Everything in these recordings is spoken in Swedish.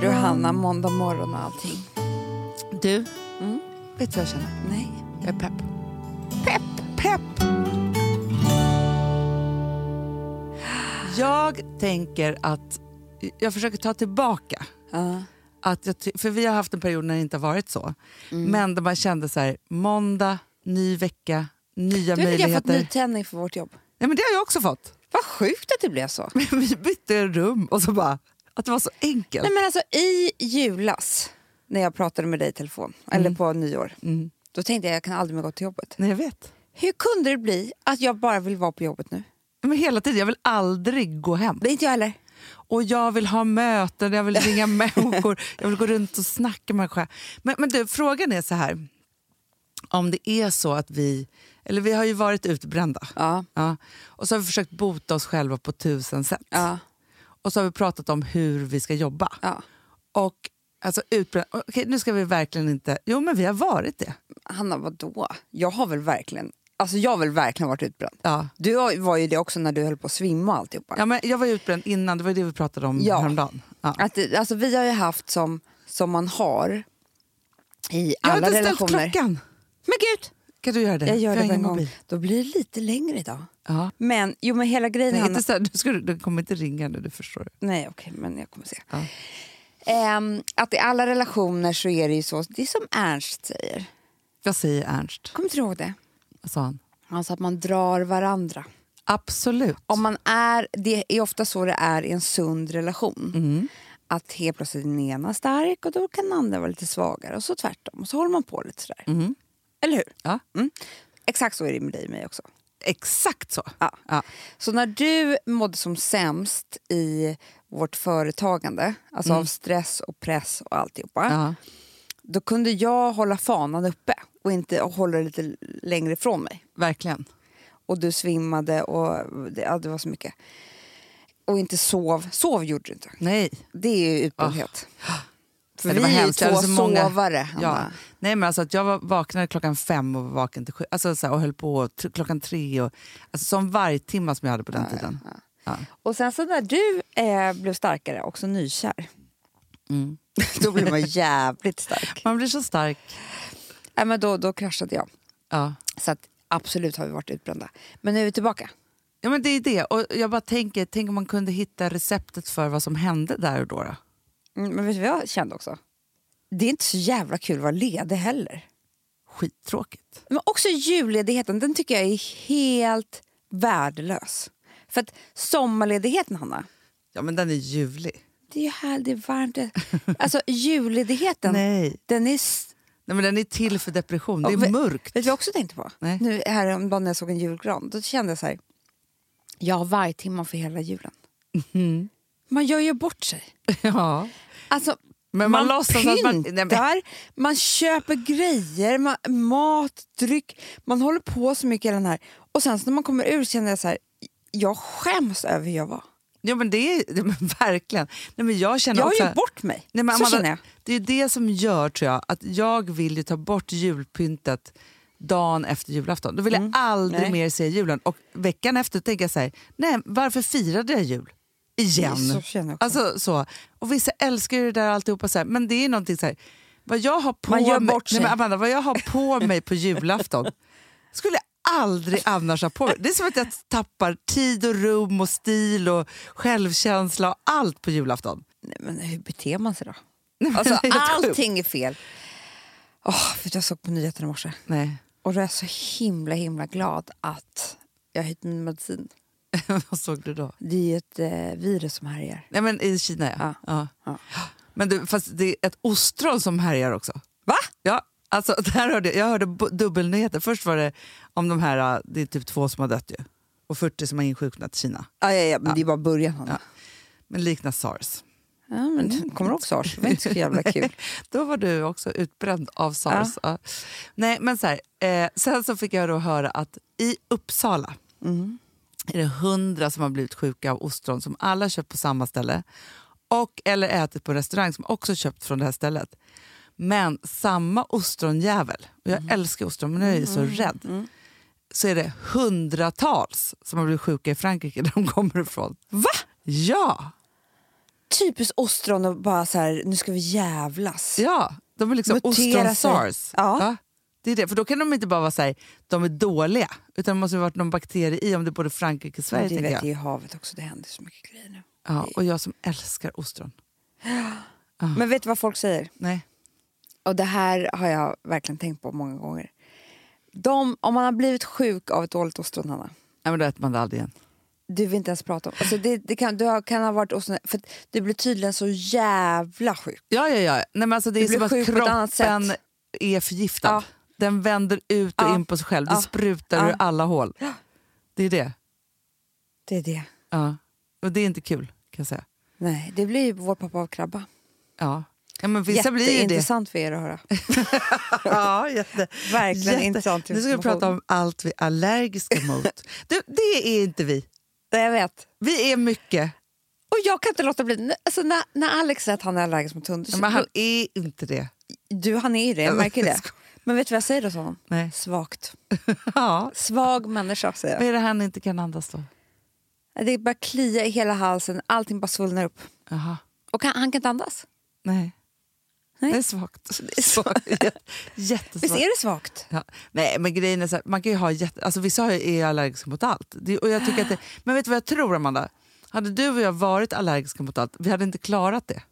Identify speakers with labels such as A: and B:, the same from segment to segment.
A: du Hanna, måndag morgon och allting?
B: Du,
A: Mm. Vet du vad jag känner? Nej.
B: jag är pepp.
A: Pepp, pepp.
B: Jag tänker att jag försöker ta tillbaka.
A: Ja.
B: Att jag ty- för vi har haft en period när det inte har varit så.
A: Mm.
B: Men där man kände så här, måndag, ny vecka, nya
A: Du vet att jag har fått
B: möjligheter.
A: nytändning för vårt jobb.
B: Nej, men det har jag också fått.
A: Vad sjukt att det blev så.
B: vi bytte rum och så bara, att det var så enkelt.
A: Nej, men alltså, I julas, när jag pratade med dig i telefon, eller på nyår,
B: Mm.
A: då tänkte jag jag kan aldrig mer gå till jobbet.
B: Nej, jag vet.
A: Hur kunde det bli att jag bara vill vara på jobbet nu?
B: Men hela tiden, jag vill aldrig gå hem.
A: Det är inte jag heller.
B: Och jag vill ha möten, jag vill ringa människor, jag vill gå runt och snacka med människor. Men, men du, frågan är så här, om det är så att vi, eller vi har ju varit utbrända.
A: Ja.
B: Ja. Och så har vi försökt bota oss själva på tusen sätt.
A: Ja.
B: Och så har vi pratat om hur vi ska jobba.
A: Ja.
B: Och alltså utbrända, okej nu ska vi verkligen inte, jo men vi har varit det.
A: Hanna, vadå? Jag har väl verkligen, alltså jag har väl verkligen varit utbränd.
B: Ja.
A: Du har- var ju det också när du höll på att svimma och alltihopa.
B: Ja, men jag var ju utbränd innan, det var ju det vi pratade om
A: Ja.
B: häromdagen. Ja.
A: Att, det- alltså, vi har ju haft som, som man har i
B: Jag har
A: alla
B: inte ställt
A: relationer.
B: klockan.
A: Men gud!
B: Kan du göra det?
A: Jag gör
B: För
A: det
B: har
A: på en
B: ingen
A: gång.
B: mobil.
A: Då blir det lite längre idag.
B: Ja.
A: Men, jo, men hela grejen...
B: Nej,
A: Hanna-
B: inte så här, du, ska, du kommer inte ringa nu, du förstår.
A: Nej, okej, men jag kommer se.
B: Ja.
A: Ehm, att i alla relationer så är det ju så, det är som Ernst säger.
B: Jag säger Ernst,
A: Kommer du ihåg det?
B: sa han.
A: Han sa Alltså att man drar varandra.
B: Absolut.
A: Om man är, det är ofta så det är i en sund relation. Att helt plötsligt är den ena stark och då kan den andra vara lite svagare och så tvärtom. Och så håller man på lite sådär. Eller hur?
B: Ja.
A: Mm. Exakt så är det med dig och mig också.
B: Exakt så.
A: Ja.
B: Ja.
A: Så när du mådde som sämst i vårt företagande, alltså av stress och press och alltihopa,
B: Mm. Ja.
A: då kunde jag hålla fanan uppe och inte och hålla det lite längre ifrån mig.
B: Verkligen.
A: Och du svimmade och det, ja, det var så mycket. Och inte sov. Sov gjorde du inte.
B: Nej.
A: Det är ju utbrändhet. För
B: Ah. Ja,
A: vi är ju
B: hemskt. Jag hade
A: två
B: så många-
A: sovare,
B: Ja.
A: Hanna.
B: Nej, men alltså att jag var, vaknade klockan fem och var vaken till sju alltså, så här, och höll på t- klockan tre. Och, alltså, som varje timme som jag hade på den tiden.
A: Och sen så när du eh, blev starkare, också nykär.
B: Mm.
A: då blev man jävligt stark.
B: Man blir så stark.
A: Nej, men då, då kraschade jag.
B: Ja.
A: Så att, absolut har vi varit utbrända. Men nu är vi tillbaka.
B: Ja, men det är det. Och jag bara tänker, tänk om man kunde hitta receptet för vad som hände där och då. då.
A: Mm, men vet du vad jag kände också? Det är inte så jävla kul att vara ledig heller.
B: Skittråkigt.
A: Men också julledigheten, den tycker jag är helt värdelös. För att sommarledigheten, Hanna,
B: Ja, men den är ljuvlig.
A: det är ju härligt, det är varmt. det- Alltså julledigheten,
B: Nej.
A: den är... s-
B: Nej, men den är till för depression. Det
A: Ja,
B: är
A: vet-
B: mörkt.
A: Vet du vad jag också tänkte på?
B: Nej.
A: Nu häromdagen när jag såg en julgran, då kände jag så här, jag har vargtimman för hela julen. Mhm. Man gör ju bort sig.
B: Ja.
A: Alltså,
B: Men man låtsas att man-
A: pyntar,
B: Nej, men-
A: man... köper grejer, man, mat, dryck. Man håller på så mycket i den här. Och sen så när man kommer ur känner jag så här, jag skäms över hur jag var.
B: Ja, men det är det- men verkligen. Nej, men jag känner
A: Jag har
B: också,
A: gjort bort mig.
B: Nej, men
A: så
B: Amanda,
A: känner jag.
B: Det är det som gör, tror jag, att jag vill ju ta bort julpyntet dagen efter julafton. Då vill jag aldrig
A: Mm. Nej.
B: mer se julen. Och veckan efter tänker jag så här, nej, varför firade jag jul? Igen.
A: Så känner jag också.
B: Alltså, så. Och vissa älskar ju det där alltihopa, så här, men det är någonting så här, vad jag har på
A: Man gör
B: mig,
A: bort
B: nej,
A: sig.
B: men Amanda, vad jag har på mig på julafton skulle jag aldrig annars ha på mig. Det är som att jag tappar tid och rum och stil och självkänsla och allt på julafton.
A: Nej, men hur beter man sig då?
B: Nej, men
A: Alltså,
B: det är helt sjukt.
A: allting är fel. Åh, vet du, jag såg på nyheterna i morse
B: Nej.
A: och då är jag så himla himla glad att jag har hittat min medicin.
B: Vad såg du då?
A: Det är ju ett eh, virus som härjar.
B: Nej, men I Kina, ja. ja.
A: Ja.
B: Men du, fast det är ett ostron som härjar också.
A: Va?
B: Ja, alltså, där hörde, jag hörde bu- dubbelnyheter. Först var det om de här, äh, det är typ två som har dött ju. och 40 som har insjuknat i Kina.
A: Ja, ja, ja, men det är bara början. Hanna.
B: Men liknar sars.
A: Ja, men du kommer också Ars. Det var inte så jävla kul.
B: Då var du också utbränd av sars. Ja. Nej, men så här, eh, sen så fick jag då höra att i Uppsala
A: Mm.
B: är det hundra som har blivit sjuka av ostron som alla köpt på samma ställe och eller ätit på en restaurang som också köpt från det här stället. Men samma ostronjävel, och jag
A: Mm.
B: älskar ostron men nu är jag ju så rädd, så är det hundratals som har blivit sjuka i Frankrike där de kommer ifrån. Va? Ja!
A: typiskt ostron och bara så här, nu ska vi jävlas.
B: Ja, de är liksom
A: Mutera sig.
B: ostron-sars.
A: Ja.
B: Det är det, för då kan de inte bara vara så här, de är dåliga. Utan det måste ju ha varit någon bakterie i om det är både Frankrike och Sverige.
A: Men det
B: tänker
A: vet
B: jag.
A: jag i havet också, det händer så mycket grejer nu.
B: Ja, och jag som älskar ostron. Ah.
A: Men vet du vad folk säger?
B: Nej.
A: Och det här har jag verkligen tänkt på många gånger. De, om man har blivit sjuk av ett dåligt ostron, Hanna,
B: Nej, men då äter man det aldrig igen.
A: du vill inte ens prata om. Alltså det, det kan, du har- kan ha varit ostron, för att du blir tydligen så jävla sjuk.
B: Ja, ja, ja. Nej, men alltså, det
A: Du
B: är
A: blir
B: som att
A: sjuk på ett annat
B: kroppen
A: sätt.
B: är förgiftad.
A: Ja.
B: Den vänder ut och
A: Ja.
B: in på sig själv. Det
A: Ja.
B: sprutar
A: Ja.
B: ur alla hål. Det är det.
A: Det är det.
B: Ja. Och det är inte kul, kan jag säga.
A: Nej, det blir ju vår pappa av krabba.
B: Ja. Ja, men vissa blir ju det.
A: Jätteintressant för er att höra.
B: Ja, jätte,
A: Verkligen typ intressant
B: Nu ska vi
A: information.
B: prata om allt vi är allergiska mot. Du, det är inte vi.
A: Nej, jag vet.
B: Vi är mycket.
A: Och jag kan inte låta bli. Alltså, när, när Alex säger att han är allergisk mot hundar, så-
B: Men han är inte det.
A: du han är ju det, jag märker det. Men vet du vad jag säger då till honom?
B: Nej.
A: Svagt.
B: Ja.
A: Svag människa säger jag.
B: Vad är det han inte kan andas då?
A: Det bara klia i hela halsen, allting bara svullnar upp.
B: Jaha.
A: Och han, han kan inte andas.
B: Nej.
A: Nej.
B: Det är svagt.
A: är svagt.
B: Jä-
A: Visst
B: Jättesvagt.
A: är det svagt?
B: Ja. Nej, men grejen är så här, man kan ju ha jätte... Alltså, vissa har ju- är allergiska mot allt. Det, och jag tycker att det, men vet du vad jag tror, Amanda? Hade du och jag varit allergiska mot allt, vi hade inte klarat det.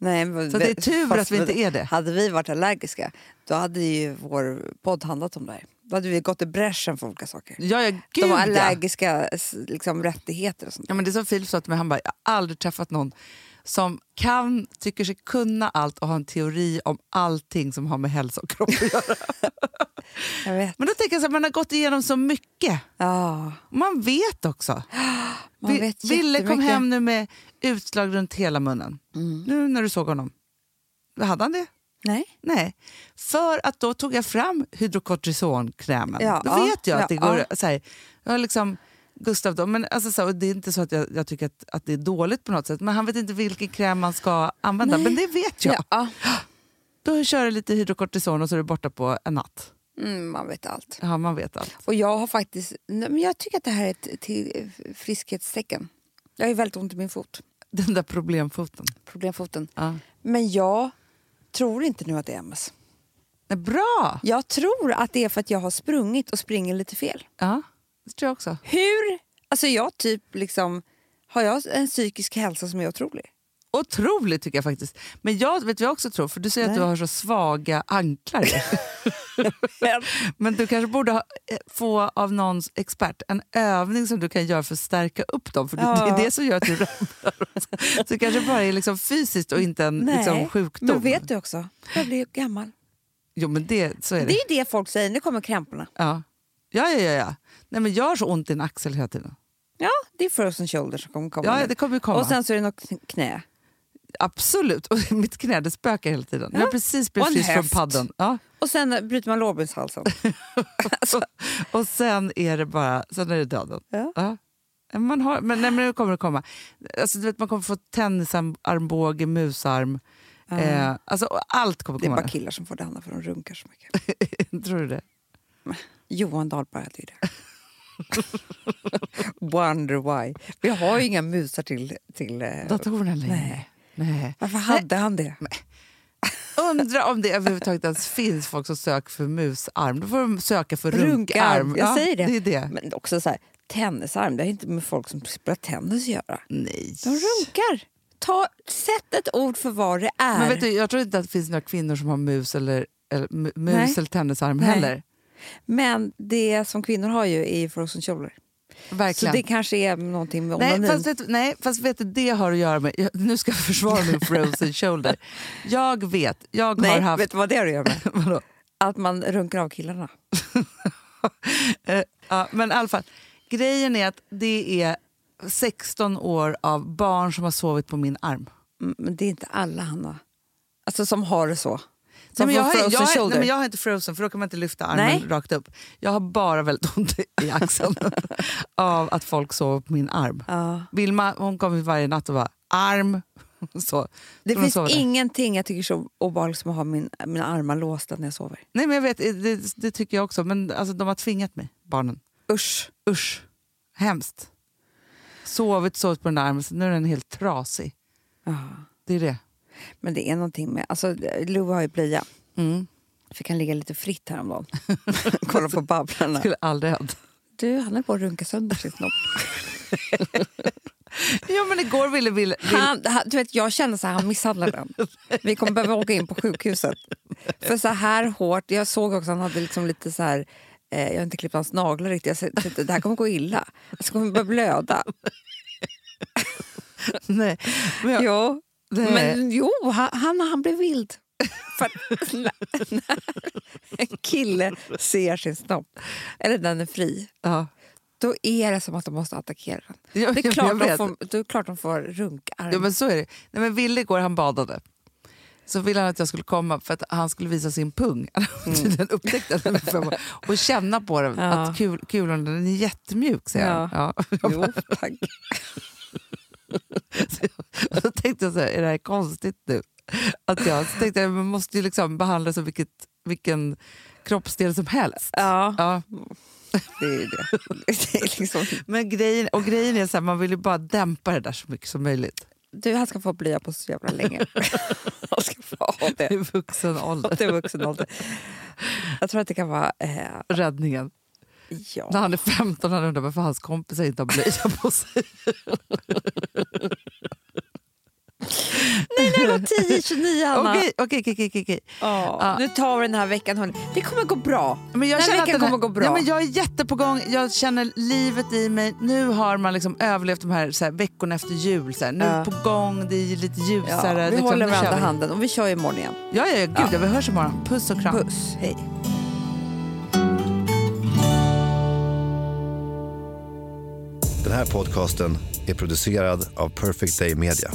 A: Nej, men,
B: Så det är tur
A: fast
B: att vi inte är det.
A: Hade vi varit allergiska, då hade ju vår podd handlat om det här. Då hade vi gått i bräschen för olika saker.
B: Ja, ja, gud,
A: De
B: ja.
A: allergiska s- liksom, rättigheter och sånt.
B: Ja, men det är som Filip sa till mig, han bara, jag har aldrig träffat någon som kan, tycker sig kunna allt och har en teori om allting som har med hälsa och kropp att göra.
A: Jag vet.
B: Men då tänker jag så här, man har gått igenom så mycket.
A: Ja,
B: Man vet också.
A: man
B: Vi-
A: vet
B: Ville kom
A: jättemycket. Mm.
B: hem nu med utslag runt hela munnen. Nu när du såg honom. Hade han det?
A: Nej.
B: Nej. För att då tog jag fram hydrokortisonkrämen.
A: Ja,
B: då
A: ja,
B: vet jag
A: ja,
B: att det går... Så här, jag har liksom, Gustav då, men alltså så, här, och det är inte så att jag, jag tycker att, att det är dåligt på något sätt, men han vet inte vilken kräm man ska använda. Men det vet jag.
A: Ja.
B: Då kör jag lite hydrokortison och så är det borta på en natt.
A: Mm, man vet allt.
B: Ja, man vet allt.
A: Och jag har faktiskt... Nej, men jag tycker att det här är ett till friskhetstecken. Jag har ju väldigt ont i min fot.
B: Den där problemfoten.
A: Problemfoten.
B: Ja.
A: Men jag tror inte nu att det är MS.
B: Nej, bra!
A: Jag tror att det är för att jag har sprungit och springer lite fel.
B: Ja, det tror jag också.
A: Hur? Alltså jag typ liksom... Har jag en psykisk hälsa som är otrolig?
B: Otroligt tycker jag faktiskt. Men jag vet vad jag också tror, för du säger att
A: Nej.
B: du har så svaga anklar. Men du kanske borde ha, eh, få av någon expert en övning som du kan göra för att stärka upp dem. För du,
A: Ja.
B: Det är det som gör att du ramlar. Så det kanske bara är liksom fysiskt och inte en liksom sjukdom.
A: men vet du också? Jag blir ju gammal.
B: Jo, men det, så är
A: Det
B: det.
A: är ju det folk säger, nu kommer krämporna.
B: Ja. Ja, ja, ja, ja. Nej, men jag har så ont i en axel hela tiden.
A: Ja, det är frozen shoulder som kommer komma.
B: Ja,
A: nu.
B: ja, det kommer ju komma.
A: Och sen så är det något knä.
B: Absolut. Och mitt knä det spökar hela tiden. Jag har precis blivit
A: Och en
B: frisk från
A: höft.
B: padden. Ja.
A: Och sen bryter man lårbenshalsen.
B: Alltså, Och sen är det bara sen är det döden.
A: Ja.
B: Man har, men, nej, men nu kommer det komma. Alltså, du vet, man kommer få tennisarmbåge, musarm. Eh, alltså, och allt kommer
A: Det är
B: komma.
A: bara killar som får det, Hanna, för de runkar så mycket.
B: Tror du det?
A: Johan Dahlberg hade ju det. Wonder why. Vi har ju inga musar till... till eh,
B: Datorerna längre. Nej. Nej.
A: varför hade han det?
B: Undrar om det överhuvudtaget ens finns folk som söker för musarm. Då får de söka för
A: Runkarm.
B: runkarm.
A: Jag
B: Ja,
A: säger det.
B: det, är det.
A: Men också så här, tennisarm, det har inte med folk som spelar tennis att göra.
B: Nej.
A: De runkar. Ta, sätt ett ord för vad det är.
B: Men vet du, jag tror inte att det finns några kvinnor som har mus eller, eller, mu- mus
A: Nej.
B: eller tennisarm
A: Nej.
B: heller.
A: Men det som kvinnor har ju är ju frozen shoulder. Så
B: Verkligen.
A: det kanske är någonting med
B: Nej
A: onanin.
B: fast, vet, du- nej, fast vet du, det har att göra med... Jag, nu ska jag försvara min frozen shoulder. Jag vet, jag har
A: Nej,
B: haft...
A: vet du vad det har att göra med?
B: Vadå?
A: Att man runkar av killarna.
B: Eh, ja, men i alla fall, grejen är att det är 16 år av barn som har sovit på min arm.
A: Mm, Men det är inte alla, Hanna. Alltså som har det så.
B: Nej,
A: Som
B: men jag, har,
A: får
B: jag,
A: frozen
B: har,
A: shoulder.
B: nej, men jag har inte frozen, för då kan man inte lyfta armen
A: Nej.
B: rakt upp. Jag har bara väldigt ont i axeln av att folk sover på min arm.
A: ja.
B: Vilma hon kommer varje natt och bara “arm”. Så.
A: Det
B: Hon
A: finns
B: sover där.
A: ingenting jag tycker så obehagligt som att ha min, mina armar låsta när jag sover.
B: Nej, men jag vet, eh, det, det tycker jag också. Men alltså, de har tvingat mig, barnen.
A: Usch.
B: Usch, hemskt. Sovit, sovit på den där armen, så nu är den helt trasig. Det är det.
A: Men det är någonting med... Alltså, Lou har ju blöja.
B: Mm.
A: Fick han ligga lite fritt häromdagen. Kolla på Babblarna.
B: Skulle aldrig hänt.
A: Du, han är på att runka sönder sin snopp.
B: Ja, men igår ville Ville... ville
A: Han, han, du vet, jag kände så här, han misshandlade den. Vi kommer behöva åka in på sjukhuset. För så här hårt, jag såg också att han hade liksom lite så här, eh, jag har inte klippt hans naglar riktigt. Jag tänkte, det här kommer gå illa. Jag kommer börja blöda.
B: nej. Men jag,
A: Jo,
B: Nej.
A: men jo, han, han, han blev vild. För att när en kille ser sin snopp, eller den är fri,
B: ja.
A: då är det som att de måste attackera den.
B: Ja,
A: Det är
B: jag
A: klart, de
B: vet.
A: får, det är klart de får runkarm.
B: ja, men så är det. Nej, men Ville igår, han badade. Så ville han att jag skulle komma för att han skulle visa sin pung. Han har tydligen upptäckt den under fem år. Och känna på den.
A: Mm. Ja.
B: Att kul, kulorna, den är jättemjuk, säger han. Ja.
A: Jo, tack.
B: Och då tänkte jag så här, är det här konstigt nu? Att jag så tänkte jag, man måste ju liksom behandla som vilket, vilken kroppsdel som helst.
A: Ja,
B: Ja.
A: det är ju det. det är liksom,
B: Men grejen, och grejen är så här, man vill ju bara dämpa det där så mycket som möjligt
A: du, han ska få blöja på så jävla länge. Han ska få ha
B: i
A: det.
B: vuxen ålder.
A: Det är vuxen ålder. Jag tror att det kan vara... Eh,
B: Räddningen.
A: ja.
B: När han är 15 han undrar varför hans kompisar inte har blöja på sig.
A: Nej, det var 10-29, Anna.
B: Okej, okej, okej, okej, okej.
A: Ja,
B: Ja.
A: Nu tar vi den här veckan. Hörni. Det kommer gå bra.
B: Men jag
A: den här
B: känner
A: veckan
B: att den här,
A: kommer gå bra.
B: Nej, men jag är jätte på gång. Jag känner livet i mig. Nu har man liksom överlevt de här, så här veckorna efter jul. Så här. Nu är
A: Ja.
B: på gång, det är lite
A: Ja,
B: ljusare.
A: vi
B: liksom,
A: håller
B: nu kör
A: varandra i
B: vi.
A: handen och vi kör ju imorgon igen.
B: Ja, ja, ja, gud, ja. vi hörs imorgon. Puss och kram.
A: Puss, hej.
C: Den här podcasten är producerad av Perfect Day Media.